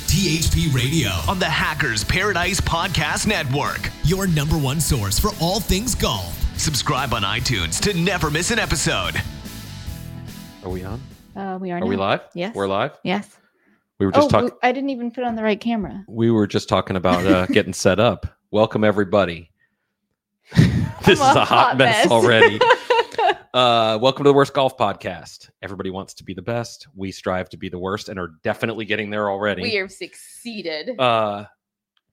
PHP Radio on the Hackers Paradise Podcast Network, your number one source for all things golf. Subscribe on iTunes to never miss an episode. Are we on? Uh, we are. Are we now. live? Yes. We're live. Yes. We were just oh, talking. I didn't even put on the right camera. We were just talking about uh, getting set up. Welcome everybody. this is I'm a hot mess, already. Uh, welcome to the worst golf podcast. Everybody wants to be the best. We strive to be the worst and are definitely getting there already. We have succeeded. Uh,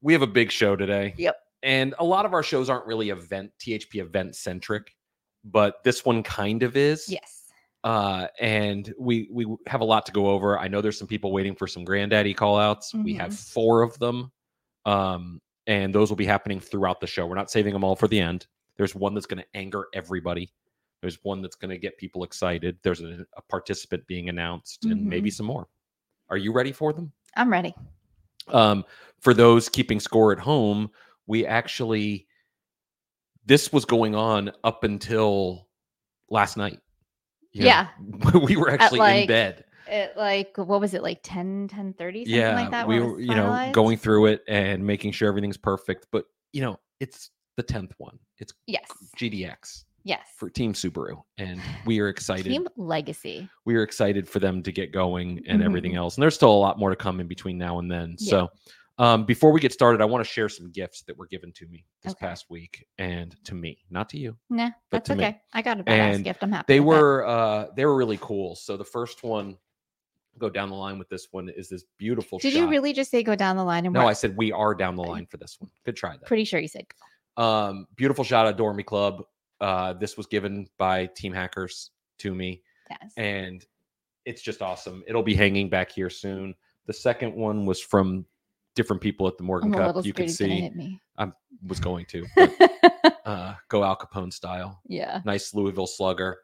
we have a big show today. Yep. And a lot of our shows aren't really event THP event centric, but this one kind of is. yes. uh and we we w- have a lot to go over i know there's some people waiting for some granddaddy call outs we have four of them um and those will be happening throughout the show we're not saving them all for the end there's one that's going to anger everybody there's one that's going to get people excited there's a, a participant being announced and maybe some more are you ready for them I'm ready. um, for those keeping score at home, we actually this was going on up until last night. You know, we were actually in like, bed. It, like what was it like 10 10 30 something Yeah, like that we when it were was you know finalized? going through it and making sure everything's perfect. But you know, it's the tenth one. It's yes GDX yes for Team Subaru, and we are excited. team legacy we are excited for them to get going and Mhm. everything else. And there's still a lot more to come in between now and then. So, um, before we get started, I want to share some gifts that were given to me this Okay. past week and to me, not to you. nah But that's to me. okay i got a badass And gift i'm happy They with that. were uh, they were really cool. So the first one, go down the line with this one is this beautiful. did shot. you really just say go down the line and No, we're I said we are down the line for this one. Good try that. pretty sure you said Um, beautiful shot at Dormy Club. Uh, this was given by Team Hackers to me. yes and it's just awesome. It'll be hanging back here soon. The second one was from different people at the Morgan i'm a Cup. little You could screwed gonna see hit me was going to but, uh, go Al Capone style. yeah Nice Louisville slugger.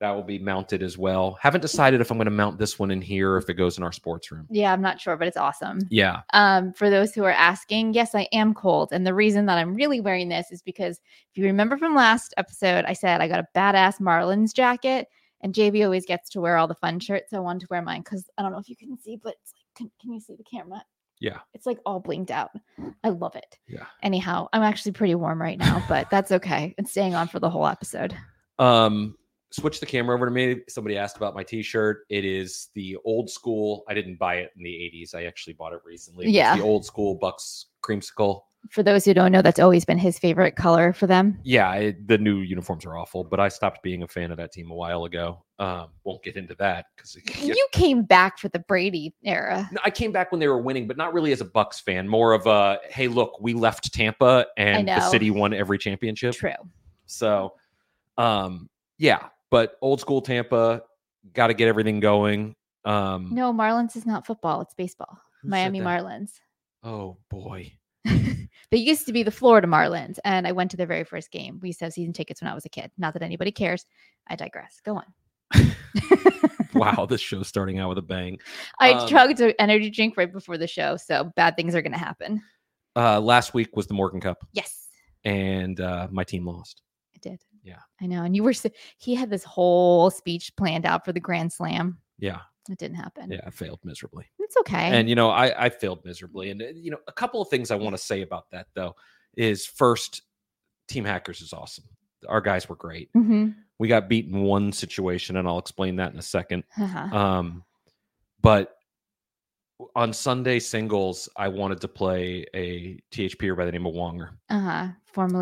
That will be mounted as well. Haven't decided if I'm going to mount this one in here or if it goes in our sports room. yeah i'm not sure but it's awesome Yeah, um, for those who are asking, yes, I am cold. And the reason that I'm really wearing this is because if you remember from last episode, I said I got a badass Marlins jacket, and JB always gets to wear all the fun shirts. So I wanted to wear mine because I don't know if you can see, but it's like, can, can you see the camera? Yeah. It's like all blinked out. I love it. yeah. Anyhow, I'm actually pretty warm right now, but that's okay. It's staying on for the whole episode. Um, switch the camera over to me. Somebody asked about my T-shirt. It is the old school. I didn't buy it in the '80s. I actually bought it recently. It's Yeah. the old school Bucks creamsicle. For those who don't know, that's always been his favorite color for them. yeah, I, the new uniforms are awful, but I stopped being a fan of that team a while ago. Um, won't get into that because You came back for the Brady era. I came back when they were winning, but not really as a Bucks fan. More of a hey, look, we left Tampa and the know. city won every championship. True. So, um, yeah, but old school Tampa got to get everything going. Um, No, Marlins is not football, it's baseball. who said Miami that? Marlins. Oh boy, They used to be the Florida Marlins, and I went to their very first game. We used to have season tickets when I was a kid. Not that anybody cares. I digress. Go on. wow, this show's starting out with a bang. I Um, chugged an energy drink right before the show, so bad things are going to happen. Uh, last week was the Morgan Cup, Yes, and uh, my team lost. it did. Yeah. I know. And you were, s- he had this whole speech planned out for the Grand Slam. Yeah, It didn't happen. yeah, I failed miserably. It's okay. and you know I, I failed miserably and uh, you know a couple of things i want to say about that though is first team hackers is awesome our guys were great Mhm. we got beat in one situation and i'll explain that in a second Uh-huh. um but on sunday singles i wanted to play a thp by the name of wonger Uh-huh.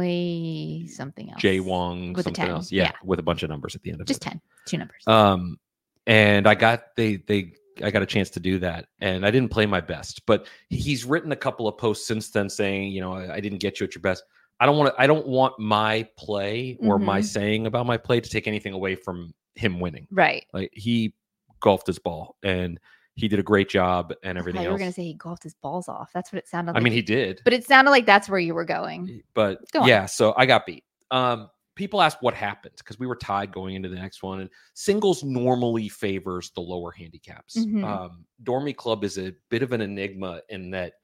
Formerly something else. j wong With a something 10, else yeah, yeah. with a bunch of numbers at the end of Just it 10, two numbers. um and i got they they i got a chance to do that and i didn't play my best but he's written a couple of posts since then saying you know i, I didn't get you at your best i don't want to i don't want my play or my Mhm. saying about my play to take anything away from him winning right. like he golfed his ball and he did a great job and I thought everything you were else going to say he golfed his balls off. That's what it sounded i like. mean he did But it sounded like that's where you were going. but Go on. yeah so i got beat um people ask what happened because we were tied going into the next one and singles normally favors the lower handicaps Mhm. um dormy club is a bit of an enigma in that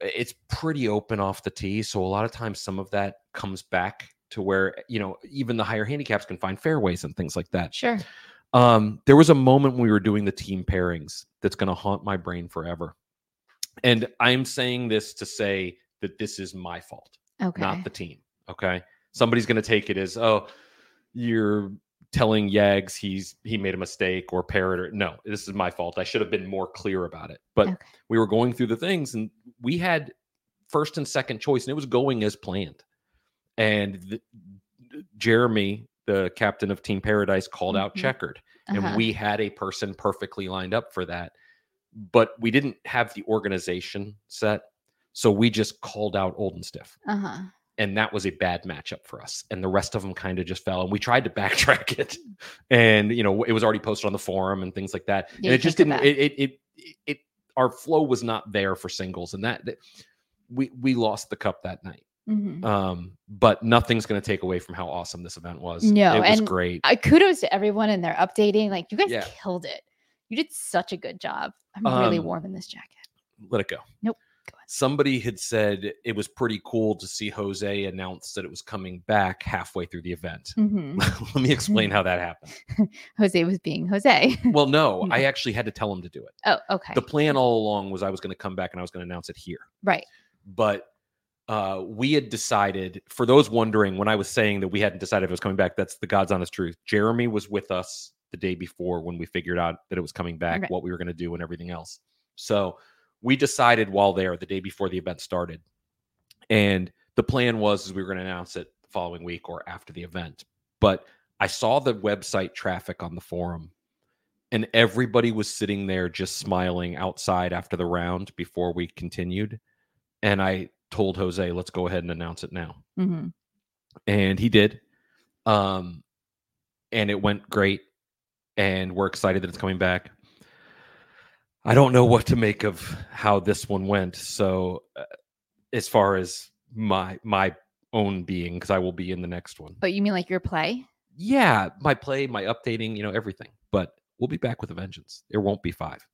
it's pretty open off the tee so a lot of times some of that comes back to where you know even the higher handicaps can find fairways and things like that Sure. um there was a moment when we were doing the team pairings that's going to haunt my brain forever And I'm saying this to say that this is my fault, Okay. not the team. Okay. Somebody's going to take it as, oh, you're telling Yags he's he made a mistake or parrot or no, this is my fault. I should have been more clear about it. But Okay. we were going through the things and we had first and second choice and it was going as planned. And the, Jeremy, the captain of Team Paradise, called out Mhm. checkered Uh-huh. and we had a person perfectly lined up for that but we didn't have the organization set so we just called out old and stiff uh-huh. and that was a bad matchup for us and the rest of them kind of just fell and we tried to backtrack it and you know it was already posted on the forum and things like that Yeah, and you it just think didn't of it, it it it our flow was not there for singles and that, that we we lost the cup that night Mhm. um but nothing's going to take away from how awesome this event was No, it was and great I kudos to everyone in their updating. Like you guys Yeah. killed it. You did such a good job. I'm really Um, warm in this jacket. let it go. Nope. Go ahead. Somebody had said it was pretty cool to see Jose announce that it was coming back halfway through the event. Mhm. Let me explain how that happened. Jose was being Jose. Well, Hmm. no, I actually had to tell him to do it. oh, okay. The plan all along was I was going to come back and I was going to announce it here. right. But uh, we had decided, for those wondering, when I was saying that we hadn't decided if it was coming back, that's the God's honest truth. Jeremy was with us the day before when we figured out that it was coming back, Right. what we were going to do, and everything else. So we decided while there, the day before the event started, and the plan was is we were going to announce it the following week or after the event. But I saw the website traffic on the forum, and everybody was sitting there just smiling outside after the round before we continued. And I told Jose, let's go ahead and announce it now. Mhm. And he did. Um, and it went great. And we're excited that it's coming back. I don't know what to make of how this one went. So, uh, as far as my my own being, because I will be in the next one. But you mean like your play? yeah, my play, my updating, you know, everything. But we'll be back with a vengeance. There won't be five.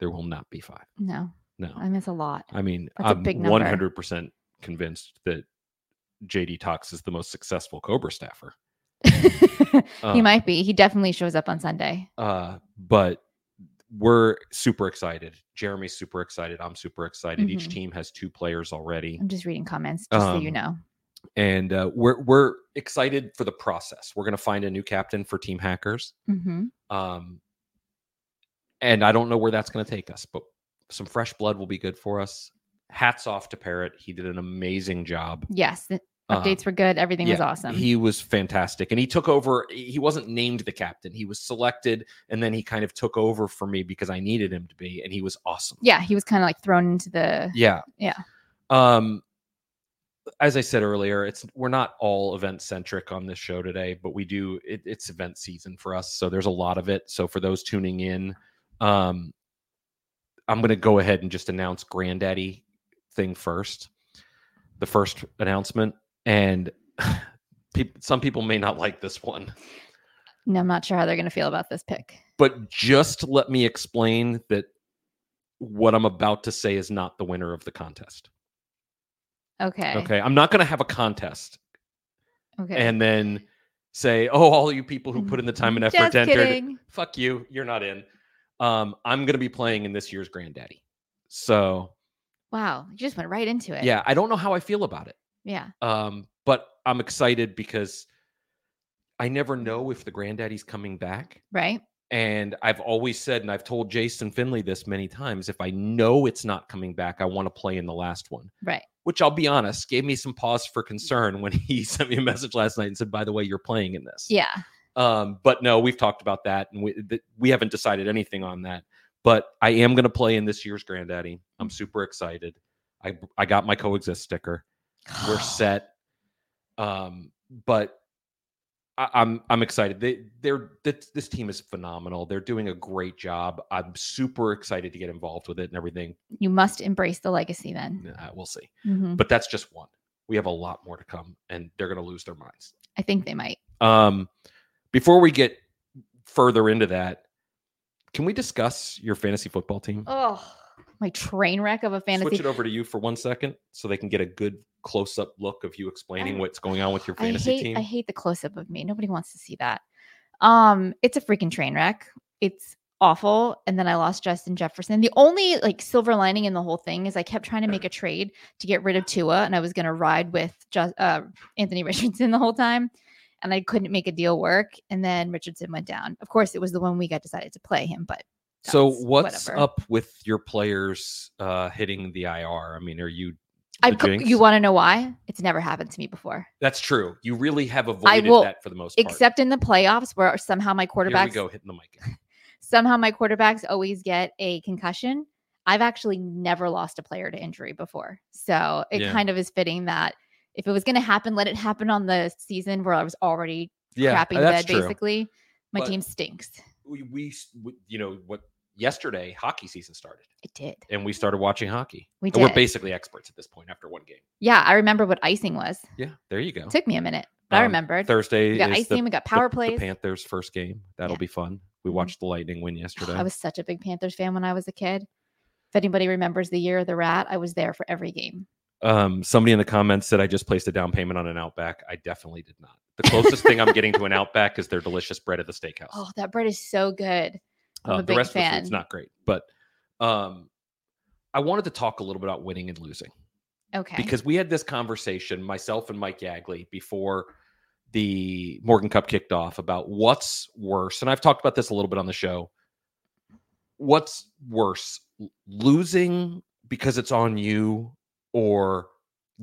There will not be five. No, No, I miss a lot. I mean, That's a I'm big number. 100% convinced that JD Tox is the most successful Cobra staffer. he Um, might be. He definitely shows up on Sunday. Uh, but we're super excited. Jeremy's super excited. I'm super excited. Each Mhm. team has two players already. I'm just reading comments just so you Um, know. And uh, we're, we're excited for the process. We're going to find a new captain for Team Hackers. hmm Um, and I don't know where that's going to take us, but some fresh blood will be good for us. Hats off to Parrot. He did an amazing job. Yes, the Um, updates were good. Everything was yeah, awesome. He was fantastic. And he took over. He wasn't named the captain. He was selected and then he kind of took over for me because I needed him to be. And he was awesome. yeah, he was kind of like thrown into the. Yeah. Yeah. Um as I said earlier, it's we're not all event centric on this show today, but we do it, it's event season for us. So there's a lot of it. So for those tuning in, um I'm gonna go ahead and just announce granddaddy thing first. The first announcement. And peop some people may not like this one, And I'm not sure how they're going to feel about this pick. but just let me explain that what I'm about to say is not the winner of the contest. Okay. Okay. I'm not going to have a contest Okay. and then say, oh, all you people who put in the time and effort just to enter, it, kidding. fuck you. You're not in. Um, I'm going to be playing in this year's Granddaddy. So, Wow, you just went right into it. yeah, I don't know how I feel about it. Yeah. Um, but I'm excited because I never know if the Granddaddy's coming back. Right. And I've always said, and I've told Jason Finley this many times if I know it's not coming back, I want to play in the last one. Right. which I'll be honest, gave me some pause for concern when he sent me a message last night and said, "By the way, you're playing in this." Yeah. Um, but no, we've talked about that, and we th- we haven't decided anything on that. But I am going to play in this year's Granddaddy. I'm super excited. I I got my coexist sticker. We're set. Um, but I, I'm I'm excited. They they're th- this team is phenomenal. They're doing a great job. I'm super excited to get involved with it and everything. You must embrace the legacy then. Uh, we'll see Mhm. but that's just one. We have a lot more to come, and they're going to lose their minds. I think they might. Um, before we get further into that, can we discuss your fantasy football team? Oh, my train wreck of a Switch fantasy. it over to you for one second, so they can get a good close-up look of you explaining I- what's going on with your I fantasy hate. team. I hate the close up of me. Nobody wants to see that. Um, it's a freaking train wreck. It's awful. And then I lost Justin Jefferson. The only like silver lining in the whole thing is I kept trying to make a trade to get rid of Tua, and I was going to ride with Ju- uh, Anthony Richardson the whole time. And I couldn't make a deal work. And then Richardson went down. Of course, it was the one week I decided to play him, but So that's what's whatever. up with your players uh hitting the IR? I mean, are you I, the co- jinx? you want to know why? It's never happened to me before, That's true. You really have avoided will- that for the most part. except in the playoffs where somehow my Here we quarterbacks go hitting the mic. somehow my quarterbacks always get a concussion. I've actually never lost a player to injury before. So it Yeah. kind of is fitting that if it was going to happen, let it happen on the season where I was already Yeah, crapping the that's bed, true. basically. My But- team stinks. We, we s- w- you know what yesterday hockey season started It did. and we started watching hockey. Mm-hmm. We And we're did. basically experts at this point after one game. Yeah, I remember what icing was. Yeah, there you go. It took me a minute, but I Um, remembered. Thursday we got is icing, the, we got the- power the plays. Panthers first game. That'll Yeah. be fun. We Mhm. watched the Lightning win yesterday. Oh, I was such a big Panthers fan when I was a kid. If anybody remembers the year of the rat, I was there for every game. um, somebody in the comments said I just placed a down payment on an Outback. I definitely did not. The closest thing I'm getting to an Outback is their delicious bread at the steakhouse. Uh, Oh, that bread is so good. I'm a the big rest of the food's fan. not great, but um, I wanted to talk a little bit about winning and losing Okay. because we had this conversation myself and Mike Yagley before the Morgan Cup kicked off about what's worse, and I've talked about this a little bit on the show. What's worse, l- losing because it's on you or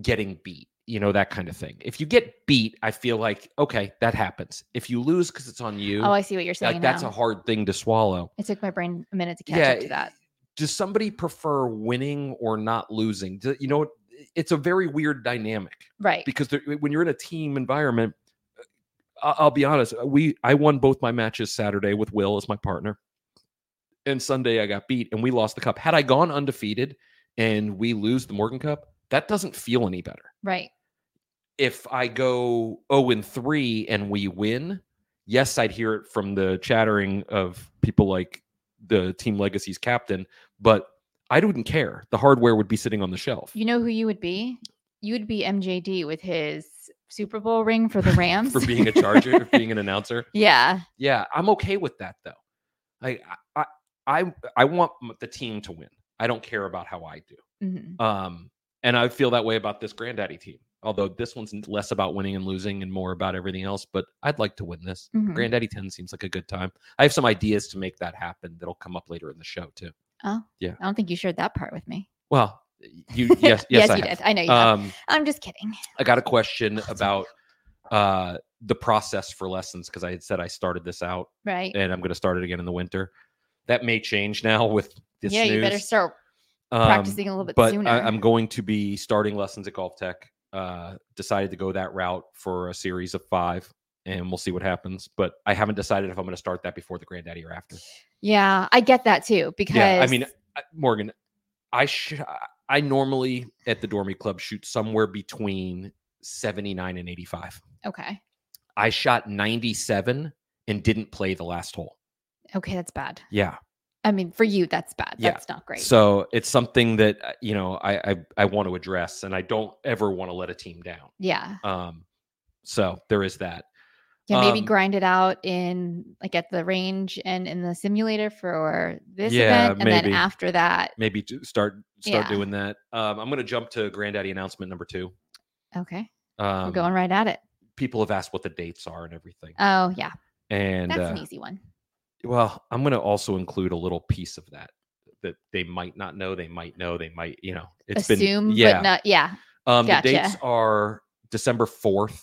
getting beat? You know that kind of thing. If you get beat, I feel like okay, that happens. If you lose because it's on you, oh, I see what you're saying. like that's now. a hard thing to swallow. It took my brain a minute to catch Yeah, up to that. does somebody prefer winning or not losing? Do- you know, it- it's a very weird dynamic Right. because there, when you're in a team environment, uh, I- I'll be honest. We I won both my matches Saturday with Will as my partner, and Sunday I got beat and we lost the cup. Had I gone undefeated and we lose the Morgan Cup, that doesn't feel any better right. if I go 0 and 3 and we win, yes, I'd hear it from the chattering of people like the Team Legacy's captain, but I wouldn't care. The hardware would be sitting on the shelf. You know who you would be? You would be MJD with his Super Bowl ring for the Rams. For being a Charger, for being an announcer. yeah. Yeah, I'm okay with that though. I I I I want m- the team to win. I don't care about how I do. hmm Um, and I feel that way about this granddaddy team. Although this one's less about winning and losing and more about everything else, but I'd like to win this. Mm-hmm. Granddaddy 10 seems like a good time. I have some ideas to make that happen that'll come up later in the show too. I don't think you shared that part with me. Well, you yes, yes, I you have. did. I know you have. Um, I'm just kidding. I got a question about uh the process for lessons because I had said I started this out Right. and I'm going to start it again in the winter. That may change now with this. Yeah, you better news. start Um, practicing a little bit but sooner. I, am going to be starting lessons at Golf Tech. Uh, decided to go that route for a series of five, and we'll see what happens. But I haven't decided if I'm going to start that before the granddaddy or after. yeah, I get that too because Yeah, I mean, I- Morgan, I should. I normally at the Dormy Club shoot somewhere between seventy nine and eighty five. okay. I shot ninety seven and didn't play the last hole. Okay, that's bad. Yeah, I mean, for you that's bad. Yeah. That's not great. so it's something that uh, you know I I, I want to address, and I don't ever want to let a team down. yeah. Um, so there is that. Yeah, maybe Um, grind it out in like at the range and in the simulator for this Yeah, event, and then maybe. after that, Maybe to start start Yeah. doing that. Um, I'm going to jump to granddaddy announcement number two. okay, Um, we're going right at it. People have asked what the dates are and everything, Oh yeah, and that's uh, an easy one. well i'm going to also include a little piece of that that they might not know they might know they might you know it's Assume, been yeah but not yeah. um the dates gotcha. are december 4th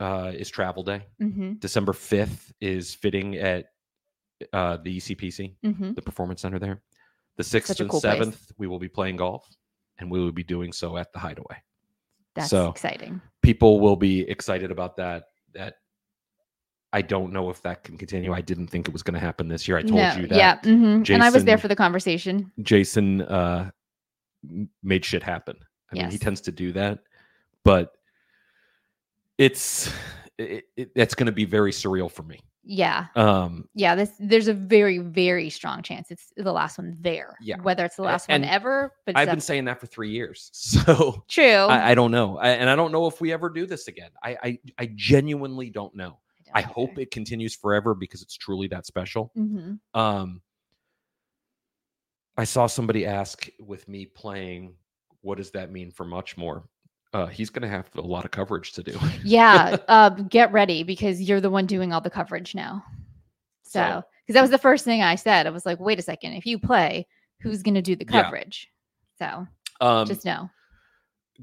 uh is travel day hmm december 5th is fitting at uh the ecpc hmm the performance center there the 6th Such a and cool place. 7th we will be playing golf and we will be doing so at the hideaway That's So- exciting. people will be excited about that that i don't know if that can continue i didn't think it was going to happen this year i told you that Yeah. mhm, And I was there Jason- for the conversation. Jason uh m- made shit happen. I mean, he Yes. tends to do that, but it's it, it, that's going to be very surreal for me. Yeah. Um Yeah. This there's a very, very strong chance it's the last one there. Yeah. Whether it's the A- last and one ever, but I've it's been def- saying that for 3 years. So true. I, I don't know. I, and I don't know if we ever do this again. I I, I genuinely don't know. I I hope it continues forever because it's truly that special. hmm Um, I saw somebody ask with me playing, what does that mean for much more? Uh, he's going to have a lot of coverage to do. Yeah. uh, get ready because you're the one doing all the coverage now. So, So- because that was the first thing I said. I was like, wait a second. If you play, who's going to do the Yeah. coverage? So Um, just know.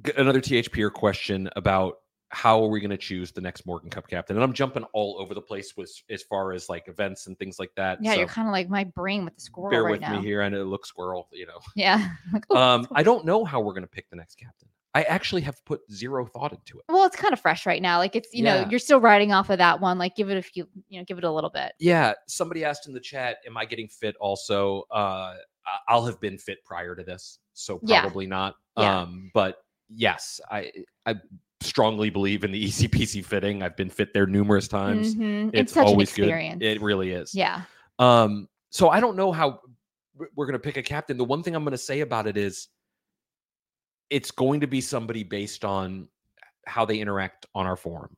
g- another THPR question about how are we going to choose the next Morgan Cup captain? And I'm jumping all over the place with as far as like events and things like that. Yeah, so you're kind of like my brain with the squirrel bear right with now. me here. I know it looks squirrel, you know. Yeah. Like, oh, Um, I don't know how we're going to pick the next captain. I actually have put zero thought into it. "Oh, well, it's kind of fresh right now. Like it's you Yeah. know you're still riding off of that one. Like give it a few, you know, give it a little bit. Yeah, somebody asked in the chat, "Am I getting fit?" Also, uh, I- I'll have been fit prior to this, so Yeah. probably not. Yeah. Um, but yes, I I strongly believe in the ECPC fitting. I've been fit there numerous times. Mhm. It's, It's, such an always experience. good. It really is. yeah. Um, so I don't know how w- we're going to pick a captain. The one thing I'm going to say about it is it's going to be somebody based on how they interact on our forum.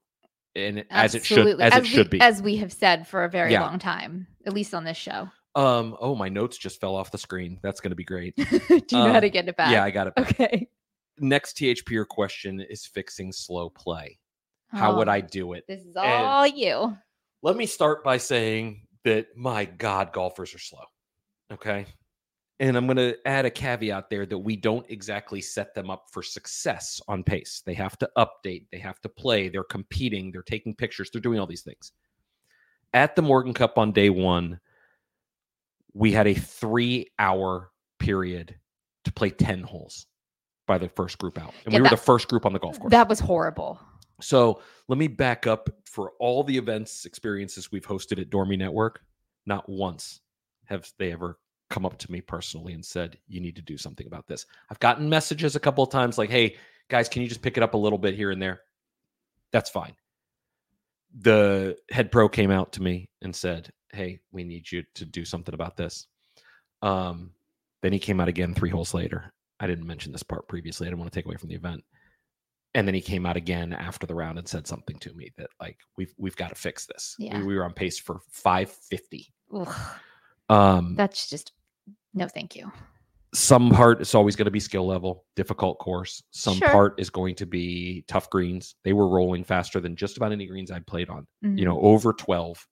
And as it should absolutely. as, it we, should be. as we have said for a very Yeah. long time, at least on this show. um oh my notes just fell off the screen. That's going to be great. Do you know how Um, to get it back? Yeah, I got it. back. Okay. Next THPR question is fixing slow play. How would Oh, I do it? This is and- all you. Let me start by saying that my God, golfers are slow. Okay. And I'm going to add a caveat there that we don't exactly set them up for success on pace. They have to update, they have to play, they're competing, they're taking pictures, they're doing all these things. At the Morgan Cup on day one, we had a three hour period to play 10 holes by the first group out. And Yeah, we were that- the first group on the golf course. That was horrible. So let me back up for all the events, experiences we've hosted at Dormy Network. Not once have they ever come up to me personally and said, You need to do something about this. I've gotten messages a couple of times like, Hey, guys, can you just pick it up a little bit here and there? That's fine. The head pro came out to me and said, Hey, we need you to do something about this. Um, then he came out again three holes later. I didn't mention this part previously. I didn't want to take away from the event and then he came out again after the round and said something to me that like we've we've got to fix this. We- Yeah. We, were on pace for 550. Ugh, Um that's just no, thank you. some part is always going to be skill level, difficult course. Some Sure. part is going to be tough greens. They were rolling faster than just about any greens I played on. You Mhm. know, over 12.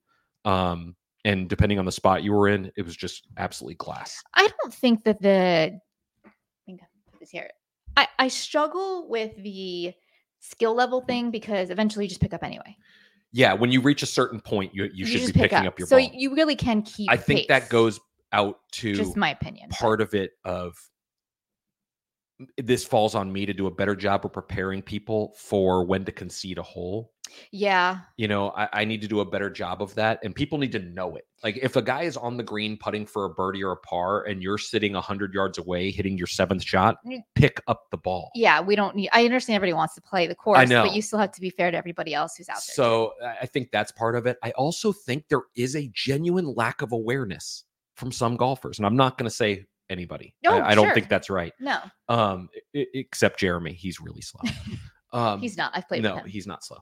Um and depending on the spot you were in, it was just absolutely glass. I don't think that the I think I put this here. I, I struggle with the skill Mm. level thing because eventually you just pick up anyway. Yeah, when you reach a certain point, you you, should be just picking up, your so ball. you really can keep. I think pace, that goes out to Just my opinion. but- part of it of this falls on me to do a better job of preparing people for when to concede a hole. Yeah, You know, I, I need to do a better job of that, and people need to know it. Like, if a guy is on the green putting for a birdie or a par, and you're sitting hundred yards away hitting your seventh shot, Mm. pick up the ball. yeah. We don't need. I understand everybody wants to play the course, know. but you still have to be fair to everybody else who's out there. too. So I I think that's part of it. I also think there is a genuine lack of awareness from some golfers, and I'm not going to say anybody. I- No, I, don't sure. think that's right. no, um e- e- except jeremy he's really slow um he's not. I've played no with him. he's not slow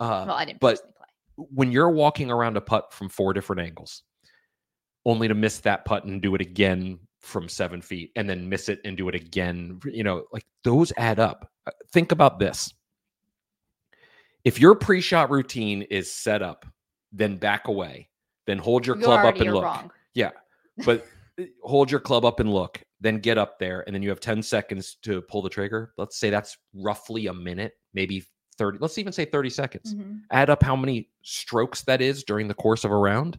uh well, I didn't but- personally play. when you're walking around a putt from four different angles only to miss that putt and do it again from seven feet and then miss it and do it again you know like those add up Uh, think about this if your pre-shot routine is set up then back away then hold your You club up already and are look but uh, hold your club up and look then get up there and then you have 10 seconds to pull the trigger let's say that's roughly a minute maybe 30 let's even say 30 seconds Mhm. add up how many strokes that is during the course of a round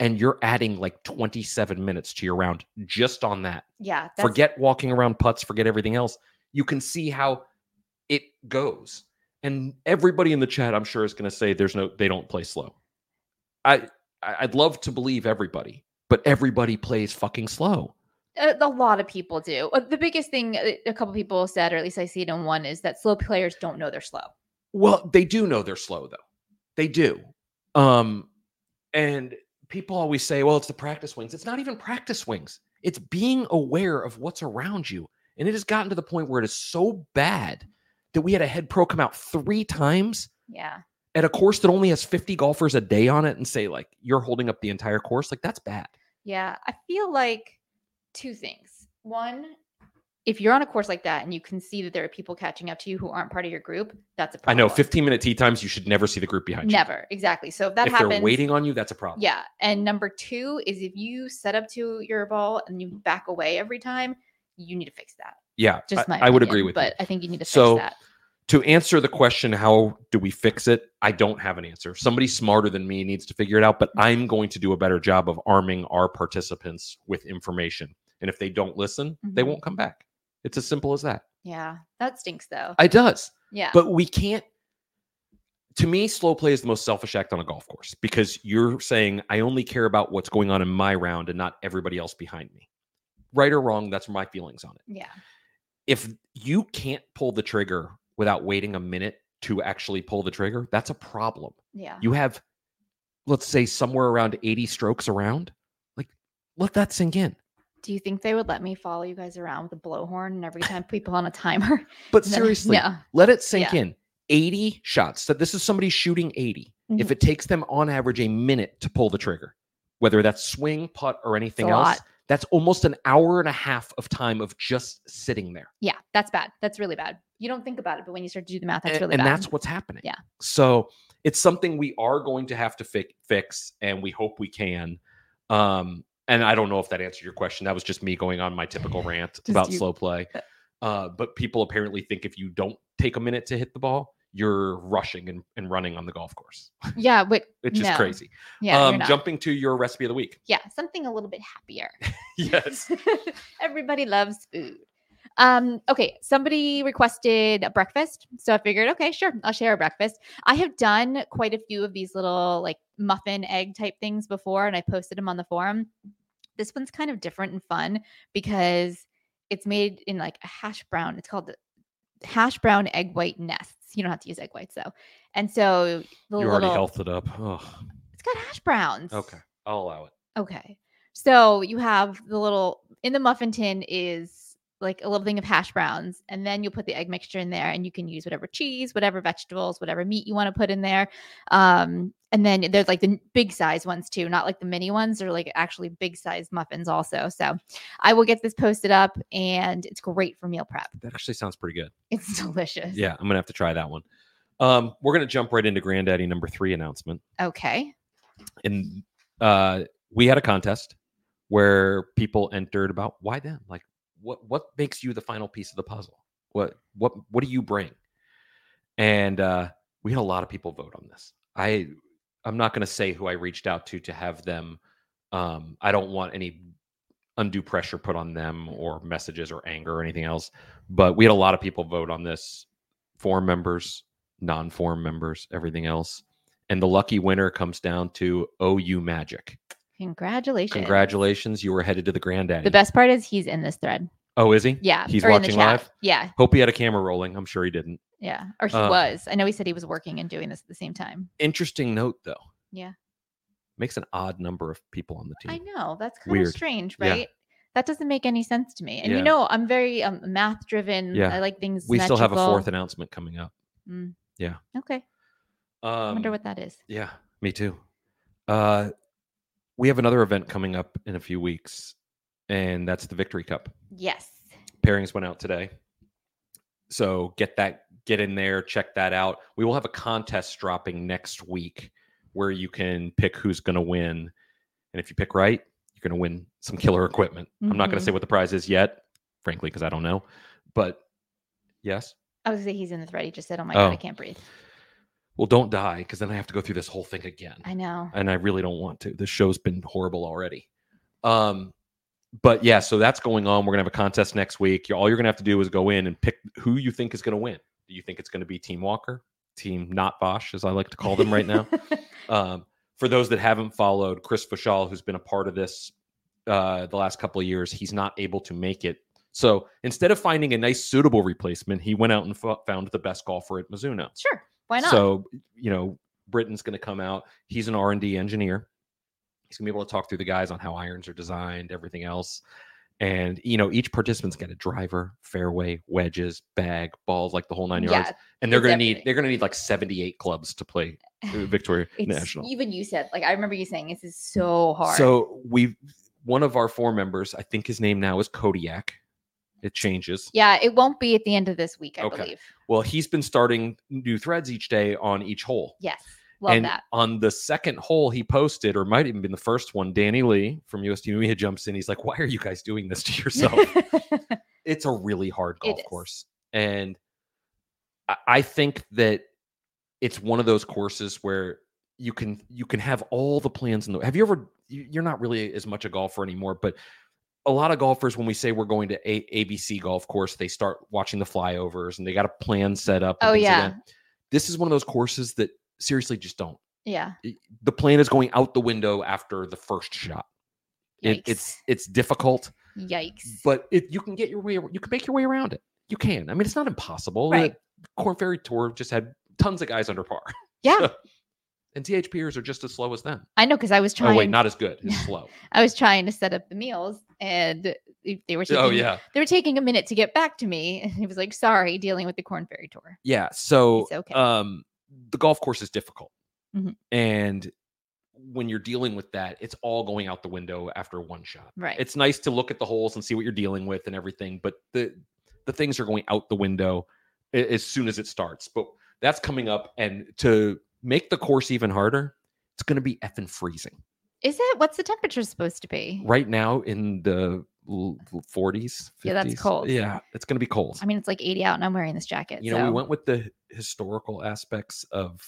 and you're adding like 27 minutes to your round just on that Yeah, that's, forget walking around putts forget everything else you can see how it goes and everybody in the chat i'm sure is going to say there's no they don't play slow i I- i'd love to believe everybody but everybody plays fucking slow a, a lot of people do. Uh, The biggest thing uh, a couple people said, or at least I see it in one, is that slow players don't know they're slow. well they do know they're slow though they do um and people always say well it's the practice wings it's not even practice wings it's being aware of what's around you and it has gotten to the point where it is so bad that we had a head pro come out three times Yeah, at a course that only has 50 golfers a day on it and say like you're holding up the entire course like that's bad Yeah, I feel like two things. One, if you're on a course like that and you can see that there are people catching up to you who aren't part of your group, that's a i problem. know 15 minute tea times you should never see the group behind you Never. Exactly. So if that if happens, they're waiting on you that's a problem yeah. And number two is if you set up to your ball and you back away every time, you need to fix that. yeah Just I, my I would opinion, agree with but you I think you need to fix So- that. to answer the question how do we fix it i don't have an answer somebody smarter than me needs to figure it out but i'm going to do a better job of arming our participants with information and if they don't listen they Mhm. won't come back it's as simple as that Yeah. That stinks though. it does yeah. but we can't to me slow play is the most selfish act on a golf course because you're saying i only care about what's going on in my round and not everybody else behind me right or wrong that's my feelings on it yeah. if you can't pull the trigger without waiting a minute to actually pull the trigger, that's a problem. Yeah. You have, let's say, somewhere around 80 strokes around. Like, let that sink in. Do you think they would let me follow you guys around with a blowhorn and every time people on a timer? But seriously, yeah. let it sink Yeah. in. 80 shots. So this is somebody shooting 80. If Mhm. it takes them on average a minute to pull the trigger, whether that's swing, putt, or anything a else, lot. that's almost an hour and a half of time of just sitting there. Yeah. That's bad. That's really bad. You don't think about it, but when you start to do the math, that's and, really and bad. that's what's happening. Yeah. So it's something we are going to have to fi- fix, and we hope we can. Um, and I don't know if that answered your question. That was just me going on my typical rant about you- slow play. Yeah. Uh, but people apparently think if you don't take a minute to hit the ball, you're rushing and, and running on the golf course, Yeah, but which is no. crazy. Yeah, you're um, not. jumping to your recipe of the week. Yeah, something a little bit happier. Yes. Everybody loves food. Um, okay, somebody requested a breakfast, so I figured, okay, sure, I'll share a breakfast. I have done quite a few of these little like muffin egg type things before, and I posted them on the forum. This one's kind of different and fun because it's made in like a hash brown. It's called hash brown egg white nests. You don't have to use egg whites though. And so you the little already healthed it up. Oh, it's got hash browns. okay. I'll allow it. Okay. So you have the little in the muffin tin is like a little thing of hash browns, and then you'll put the egg mixture in there, and you can use whatever cheese, whatever vegetables, whatever meat you want to put in there. Um, and then there's like the n- big size ones too, not like the mini ones. They're like actually big size muffins also. So I will get this posted up, and it's great for meal prep. That actually sounds pretty good. It's delicious. Yeah, I'm gonna have to try that one. Um, we're gonna jump right into Granddaddy number three announcement, Okay. and uh, we had a contest where people entered about why them, like what what makes you the final piece of the puzzle, what what what do you bring, and uh, we had a lot of people vote on this. I I'm not gonna say who I reached out to to have them. Um, I don't want any undue pressure put on them or messages or anger or anything else. But we had a lot of people vote on this form members, non form members, everything else. And the lucky winner comes down to OU Magic. Congratulations. Congratulations, you were headed to the granddaddy. The best part is he's in this thread. Oh, is he? Yeah. He's or in the watching chat. live? Yeah. Hope he had a camera rolling. I'm sure he didn't. Yeah. Or he Uh, was. I know he said he was working and doing this at the same time. Interesting note, though. Yeah. Makes an odd number of people on the team. I know. That's kind Weird. of strange, Yeah. right? That doesn't make any sense to me. And Yeah. you know, I'm very um, math driven. Yeah. I like things. we still have a fourth symmetrical. announcement coming up. Mm. Yeah. Okay. Um, I wonder what that is. Yeah, me too. Uh, we have another event coming up in a few weeks, and that's the Victory Cup. Yes. Pairings went out today. So get that, get in there, check that out. We will have a contest dropping next week where you can pick who's going to win. And if you pick right, you're going to win some killer equipment. I'm not going Mhm. to say what the prize is yet, frankly, because I don't know. But yes, I was gonna say he's in the thread. He just said, "Oh my god, Oh. I can't breathe." well, don't die because then I have to go through this whole thing again. I know. and I really don't want to. This show's been horrible already. Um, but yeah, so that's going on. We're gonna have a contest next week. You- All you're gonna have to do is go in and pick who you think is gonna win. Do you think it's gonna be Team Walker, Team Not Bosch, as I like to call them right now? um, for those that haven't followed, Chris Fashal, who's been a part of this uh, the last couple of years, he's not able to make it. So instead of finding a nice suitable replacement, he went out and fo- found the best golfer at Mizuno. sure. Why not? So you know, Britain's going to come out. He's an R and D engineer. He's going to be able to talk through the guys on how irons are designed, everything else, And you know, each participant's got a driver, fairway, wedges, bag, balls, like the whole nine yards. yeah, and they're it's gonna need everything. they're gonna need like seventy eight clubs to play uh, Victoria it's, National. Even you said, like, I remember you saying this is so hard. So we one of our four members, I think his name now is Kodiak. It changes. yeah, it won't be at the end of this week, I Okay. believe. Well, he's been starting new threads each day on each hole. Yes, love and that. on the second hole he posted, or might even been the first one, Danny Lee from USD Media jumps in. He's like, Why are you guys doing this to yourself? it's a really hard It golf is. course. And I, I think that it's one of those courses where you can you can have all the plans in the have you ever you- you're not really as much a golfer anymore, but a lot of golfers when we say we're going to a- ABC golf course, they start watching the flyovers and they got a plan set up. and Oh, things like yeah. that. This is one of those courses that seriously just don't. yeah, I- The plan is going out the window after the first shot. It, it's it's difficult yikes. but if you can get your way, ar- you can make your way around it. You can. I mean, it's not impossible. The Right. Corn Ferry Tour just had tons of guys under par, yeah, and THPers are just as slow as them. I know because I was trying. Oh wait, not as good. It's slow. I was trying to set up the meals, and they- they were taking. oh yeah, they were taking a minute to get back to me, and he was like, "Sorry, dealing with the Corn Ferry tour." yeah. So It's okay. um, the golf course is difficult, Mhm. and when you're dealing with that, it's all going out the window after one shot. Right. It's nice to look at the holes and see what you're dealing with and everything, but the the things are going out the window a- as soon as it starts. But that's coming up, and to make the course even harder, it's going to be effing freezing. Is it? What's the temperature supposed to be? Right now in the l- l- 40s, 50s. Yeah, that's cold. Yeah, it's going to be cold. I mean, it's like 80 out, and I'm wearing this jacket. you know, we so- went with the historical aspects of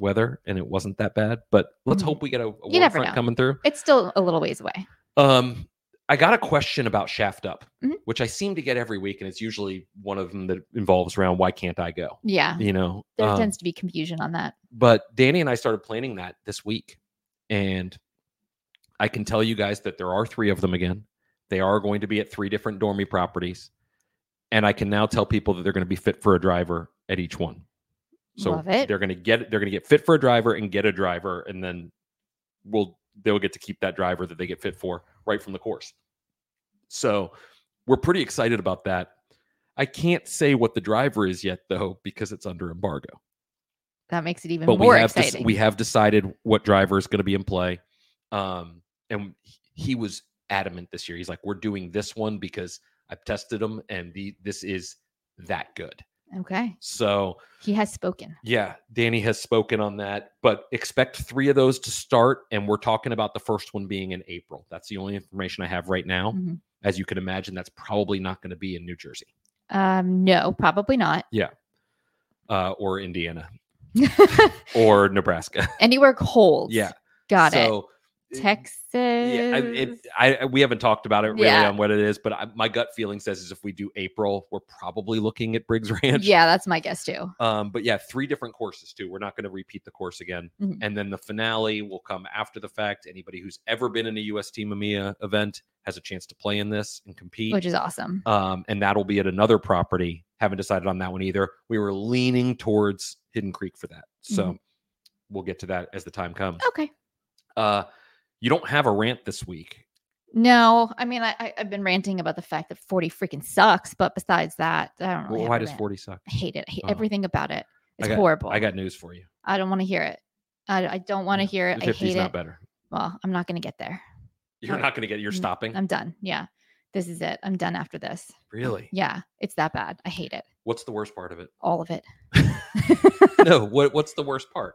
weather, and it wasn't that bad. But let's Mhm. hope we get a, a You warm never front know. coming through. It's still a little ways away. Um, I got a question about Shaft Up, Mhm. which I seem to get every week, and it's usually one of them that involves around why can't I go? Yeah, You know, there um, tends to be confusion on that. but Danny and I started planning that this week, and I can tell you guys that there are three of them again. They are going to be at three different dormy properties, and I can now tell people that they're going to be fit for a driver at each one. So Love it. they're going to get they're going to get fit for a driver and get a driver, and then we'll they'll get to keep that driver that they get fit for right from the course. So we're pretty excited about that. I can't say what the driver is yet though because it's under embargo That makes it even but we more have dec- exciting. we have decided what driver is going to be in play. Um, and he- he was adamant this year. He's like, "We're doing this one because I've tested them, and the this is that good." okay, So he has spoken. yeah, Danny has spoken on that, but expect three of those to start, and we're talking about the first one being in April. That's the only information I have right now. Mhm. As you can imagine, that's probably not going to be in New Jersey Um, no, probably not. uh, or Indiana or Nebraska. Anywhere cold. yeah, got it. so, eh, Texas. Yeah, I, it, I I- we haven't talked about it really Yeah. on what it is, but I, my gut feeling says is if we do April, we're probably looking at Briggs Ranch. yeah, that's my guess too. Um, but yeah, three different courses too. We're not going to repeat the course again, Mhm. and then the finale will come after the fact. Anybody who's ever been in a US Team EMEA event has a chance to play in this and compete. which is awesome. um, and that'll be at another property. Haven't decided on that one either. We were leaning towards Hidden Creek for that, so Mm-hmm. we'll get to that as the time comes. okay. Uh, you don't have a rant this week. No, I mean, I, I, I've been ranting about the fact that 40 freaking sucks, but besides that, I don't really Well, have why a does rant. 40 suck? I hate it. I hate Oh. everything about it. It's got- horrible. I got news for you. I don't want to hear it. I, I don't want to Yeah, hear it. The I 50's hate not it. better. Well, I'm not going to get there. You're Right. not going to get. You're Mm, stopping. I'm done. Yeah. This is it. I'm done after this. really? Yeah. It's that bad. I hate it. What's the worst part of it? All of it. no. What What's the worst part?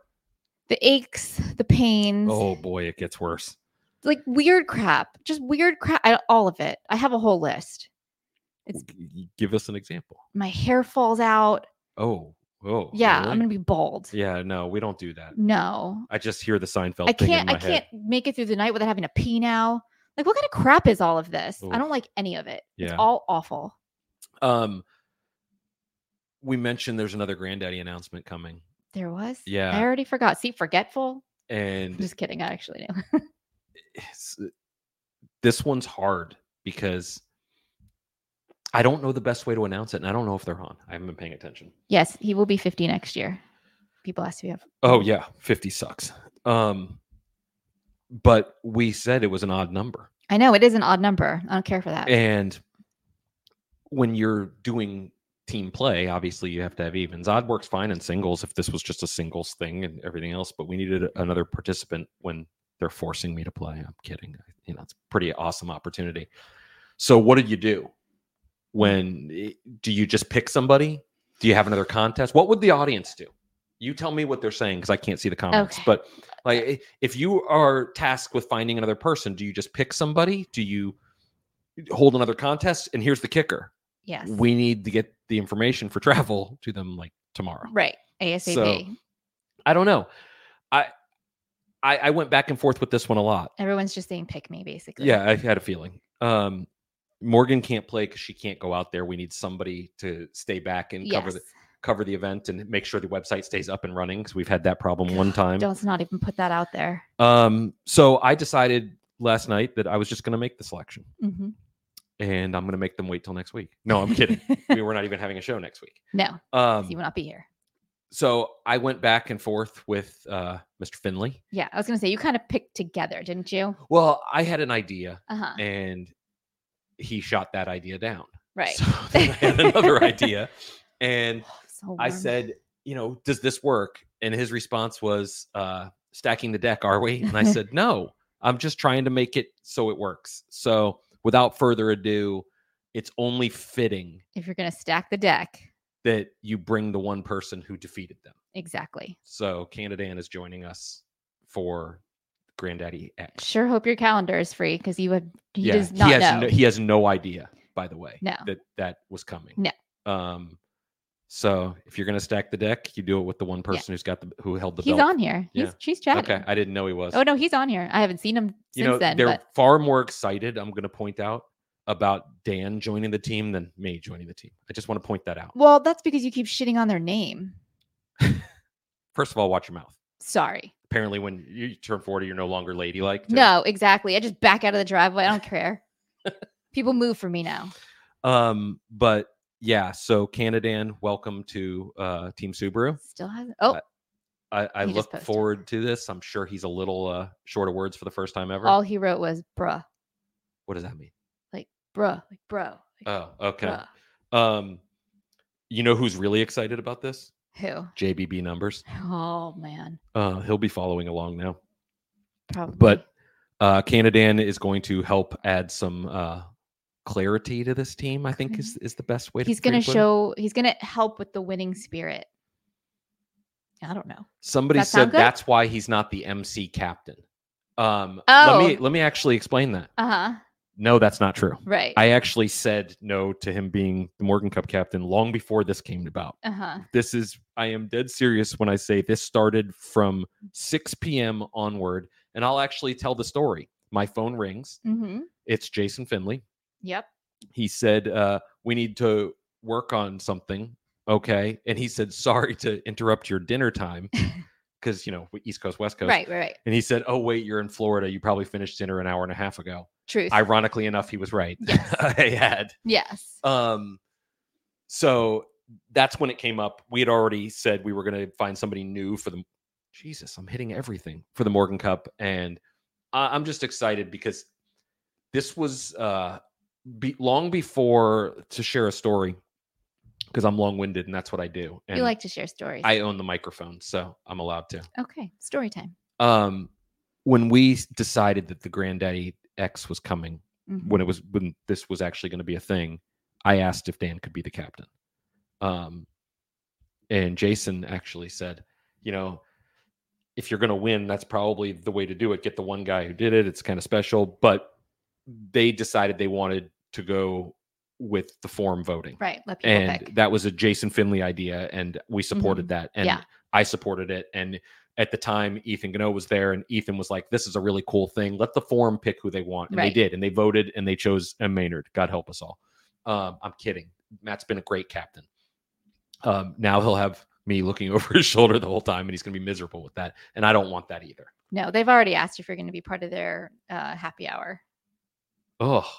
the aches, the pains, Oh boy, it gets worse. like weird crap, just weird crap. I, all of it. I have a whole list. It's- G- g- Give us an example. My hair falls out. Oh. Oh. Yeah. really? I'm going to be bald. Yeah. No, we don't do that. No. I just hear the Seinfeld I thing in can't my I head. can't make it through the night without having to pee now. Like what kind of crap is all of this? I Oof. don't like any of it. Yeah. It's all awful. um. We mentioned there's another granddaddy announcement coming, There was. Yeah. I already forgot. See, forgetful. and I'm just kidding. I actually knew. it's, uh, this one's hard because I don't know the best way to announce it, and I don't know if they're on. I haven't been paying attention. yes, he will be 50 next year. People ask me. if- Oh yeah, fifty sucks. Um, but we said it was an odd number. I know it is an odd number. I don't care for that. And when you're doing team play, obviously you have to have evens. Odd works fine in singles if this was just a singles thing and everything else, but we needed another participant when they're forcing me to play. I'm kidding. You know, it's a pretty awesome opportunity. So what do you do? When eh, do you just pick somebody? Do you have another contest? What would the audience do? You tell me what they're saying because I can't see the comments. Okay. But like, i- if you are tasked with finding another person, do you just pick somebody? Do you hold another contest? And here's the kicker: yes. we need to get the information for travel to them like tomorrow. right. ASAP. I don't know. I, I I went back and forth with this one a lot. Everyone's just saying pick me basically. Yeah, I had a feeling. Um, Morgan can't play because she can't go out there. We need somebody to stay back and cover Yes. the cover the event and make sure the website stays up and running because we've had that problem one time. Don't not even put that out there. Um, so I decided last night that I was just going to make the selection Mhm. and I'm going to make them wait till next week. No, I'm kidding. we were not even having a show next week. no, Um, you will not be here. so I went back and forth with uh, Mr. Finley. Yeah, I was gonna say you kind of picked together, didn't you? Well, I had an idea, Uh huh. and he shot that idea down. Right. So then I had another idea, and So I warm. said, you know, does this work? And his response was, uh, stacking the deck, are we? And I said, no, I'm just trying to make it so it works. So without further ado, it's only fitting if you're gonna stack the deck, that you bring the one person who defeated them. exactly. So Canadan is joining us for Granddaddy X. Sure. Hope your calendar is free because you would. He does not he has know. No, he has no idea, by the way, No. that that was coming. No. Um, so if you're gonna stack the deck, you do it with the one person who's got the who held the He's belt. on here. He's Yeah. she's chatting. Okay, I didn't know he was. Oh no, he's on here. I haven't seen him you since know then. they're But far more excited. I'm gonna point out about Dan joining the team than me joining the team. I just want to point that out. well, that's because you keep shitting on their name. First of all, watch your mouth. Sorry. Apparently, when you turn 40, you're no longer ladylike. to- No, exactly. I just back out of the driveway. I don't care. People move for me now. Um, but yeah, so Canadan, welcome to uh Team Subaru. Still Uh, hasn't. Oh, I, I He just look posted. forward to this. I'm sure he's a little uh, short of words for the first time ever. all he wrote was bruh, what does that mean? bruh, like bro, like, Oh, okay. bruh. Um, you know who's really excited about this? Who? JBB numbers. Oh man, Uh, he'll be following along now. probably. But uh, Canadan is going to help add some uh, clarity to this team. I think is is the best way. he's to gonna put it. show. He's gonna help with the winning spirit. I don't know. Somebody That sound said good? that's why he's not the MC captain. Um, let me Oh. let me actually explain that. Uh huh. No, that's not true. Right. I actually said no to him being the Morgan Cup captain long before this came about. uh huh. This is, I am dead serious when I say this started from 6 p.m. onward. And I'll actually tell the story. My phone rings. Mm-hmm. It's Jason Finley. Yep. He said, uh, We need to work on something. Okay. And he said, Sorry to interrupt your dinner time because, you know, East Coast, West Coast. Right. Right. Right. And he said, Oh, wait, you're in Florida. You probably finished dinner an hour and a half ago. Truth. Ironically enough, he was right. Yes. I had. yes. Um, so that's when it came up. We had already said we were going to find somebody new for the. Jesus, I'm hitting everything for the Morgan Cup, and I, I'm just excited because this was uh, be, long before to share a story because I'm long winded and that's what I do. And you like to share stories. I own the microphone, so I'm allowed to. okay. Story time. Um, when we s- decided that the Granddaddy X was coming, Mhm. when it was when this was actually going to be a thing, I asked if Dan could be the captain. Um, and Jason actually said, you know, if you're going to win, that's probably the way to do it. Get the one guy who did it. It's kind of special, but they decided they wanted to go with the form voting. Right. Let people And pick. Mm-hmm. that was a Jason Finley idea, and we supported that, and Yeah. I supported it. And at the time, Ethan Gano was there, and Ethan was like, "This is a really cool thing. Let the forum pick who they want." And they Right. did, and they voted, and they chose M. Maynard. God help us all. Um, I'm kidding. Matt's been a great captain. Um, now he'll have me looking over his shoulder the whole time, and he's going to be miserable with that. And I don't want that either. No, they've already asked if you're going to be part of their uh, happy hour. Oh,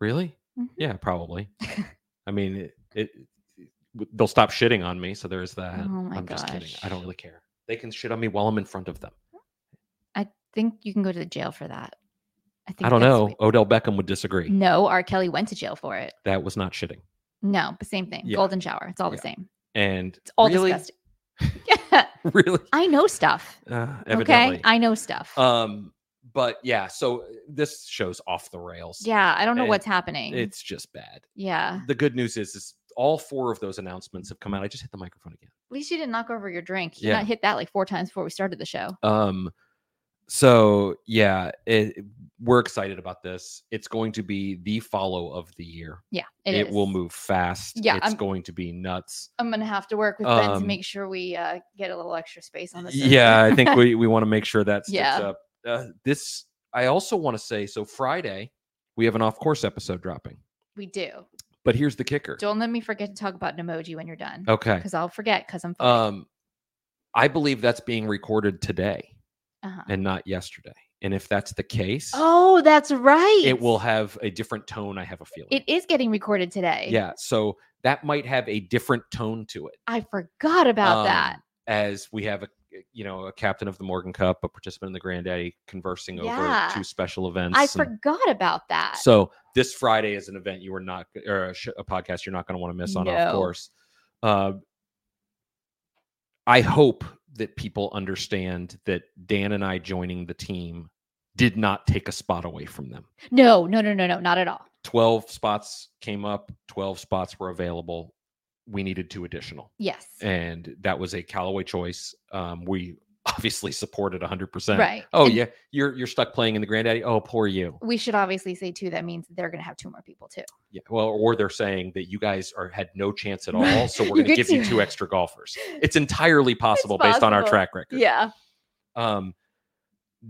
really? Mhm. Yeah, probably. I mean, it, it, w- they'll stop shitting on me, so there's that. Oh my I'm just kidding. I gosh. don't really care. They can shit on me while I'm in front of them. I think you can go to the jail for that. I think I don't that's know. what- Odell Beckham would disagree. No, R. Kelly went to jail for it. That was not shitting. No, but same thing. Yeah. Golden shower. It's all Yeah. the same. And It's all really, disgusting. Yeah, really, I know stuff. uh, evidently. Okay, I know stuff. um, but yeah, so uh, this show's off the rails. yeah, Uh. I don't know and what's happening. it's just bad. yeah. The good news is, is all four of those announcements have come out. I just hit the microphone again. At least you didn't knock over your drink. You Yeah. not hit that like four times before we started the show. Um, so yeah, it, we're excited about this. It's going to be the follow of the year. Yeah, It, is. will move fast. Yeah, it's I'm- going to be nuts. I'm gonna have to work with Ben Um, to make sure we uh, get a little extra space on this. Yeah, I think we we want to make sure that sticks Yeah. up. Uh, this I also want to say. So Friday we have an off course episode dropping, we do. but here's the kicker. Don't let me forget to talk about Nemoji when you're done, Okay. because I'll forget because I'm. Funny. Um, I believe that's being recorded today Uh-huh. and not yesterday. And if that's the case, Oh, that's right. it will have a different tone. I have a feeling. It is getting recorded today. Yeah. So that might have a different tone to it. I forgot about um, that. As we have a you know, a captain of the Morgan Cup, a participant in the Granddaddy conversing Yeah. over two special events. I and- forgot about that. So this Friday is an event you are not or a, sh- a podcast you're not going to want to miss on No. of course. Uh, I hope that people understand that Dan and I joining the team did not take a spot away from them. no, no, no, no, no, not at all. 12 spots came up, 12 spots were available. We needed two additional. Yes. And that was a Callaway choice. Um, we obviously supported 100%. Right. Oh And yeah, you're you're stuck playing in the Granddaddy. Oh, poor you. We should obviously say too that means they're going to have two more people too. Yeah. Well, or they're saying that you guys are had no chance at Right. all, so we're You going to get give you to- two extra golfers. It's entirely possible based on our possible. track record. Yeah. Um,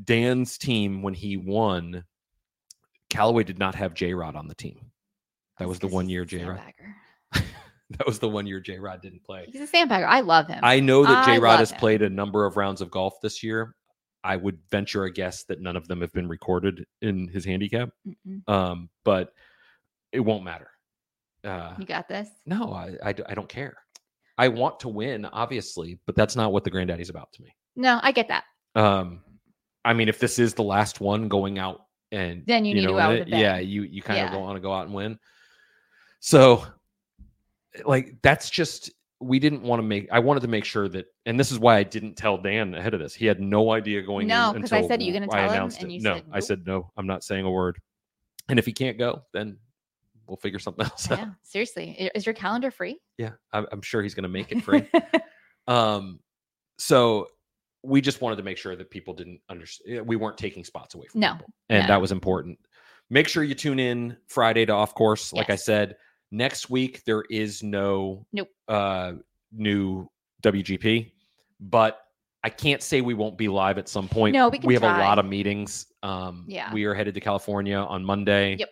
Dan's team when he won, Callaway did not have J Rod on the team. That was the Because one he's a year J Rod. sandbagger. That was the one year J Rod didn't play. He's a sandbagger. I love him. I know that I J Rod love has him. played a number of rounds of golf this year. I would venture a guess that none of them have been recorded in his handicap. Mm-mm. Um, but it won't matter. Uh, You got this. No, I, I d- I don't care. I want to win, obviously, but that's not what the granddaddy's about to me. No, I get that. Um, I mean, if this is the last one going out, and Then you need to go what out I- with a yeah, bang. you you kind Yeah. of want to go out and win. So, like, that's just we didn't want to make. I wanted to make sure that, and this is why I didn't tell Dan ahead of this. He had no idea going. in No, 'cause I until said, "Are you gonna I tell him?" announced And it. you no, said, I "Nope." said no. I'm not saying a word. And if he can't go, then we'll figure something else out. Yeah. Seriously, I- is your calendar free? Yeah, I'm, I'm sure he's going to make it free. Um, so we just wanted to make sure that people didn't understand. We weren't taking spots away from No, people, and no. that was important. Make sure you tune in Friday to Off Course. Like I Yes. said, next week there is no Nope. uh, new WGP, but I can't say we won't be live at some point. No, we can have a lot try. of meetings. Um, Yeah. we are headed to California on Monday. Yep.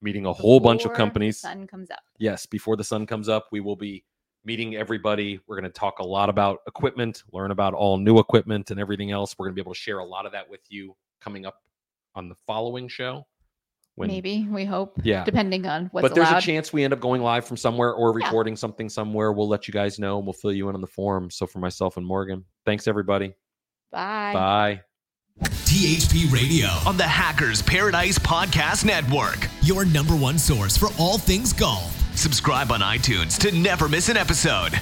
meeting a whole bunch of Before companies Sun comes up. yes, before the sun comes up, we will be meeting everybody. We're going to talk a lot about equipment, learn about all new equipment and everything else. We're going to be able to share a lot of that with you coming up on the following show. Maybe we hope. Yeah. Depending on what's but there's allowed. a chance we end up going live from somewhere or Yeah. recording something somewhere. We'll let you guys know and we'll fill you in on the forum. So for myself and Morgan, thanks everybody. Bye. Bye. THP Radio on the Hackers Paradise Podcast Network, your number one source for all things golf. Subscribe on iTunes to never miss an episode.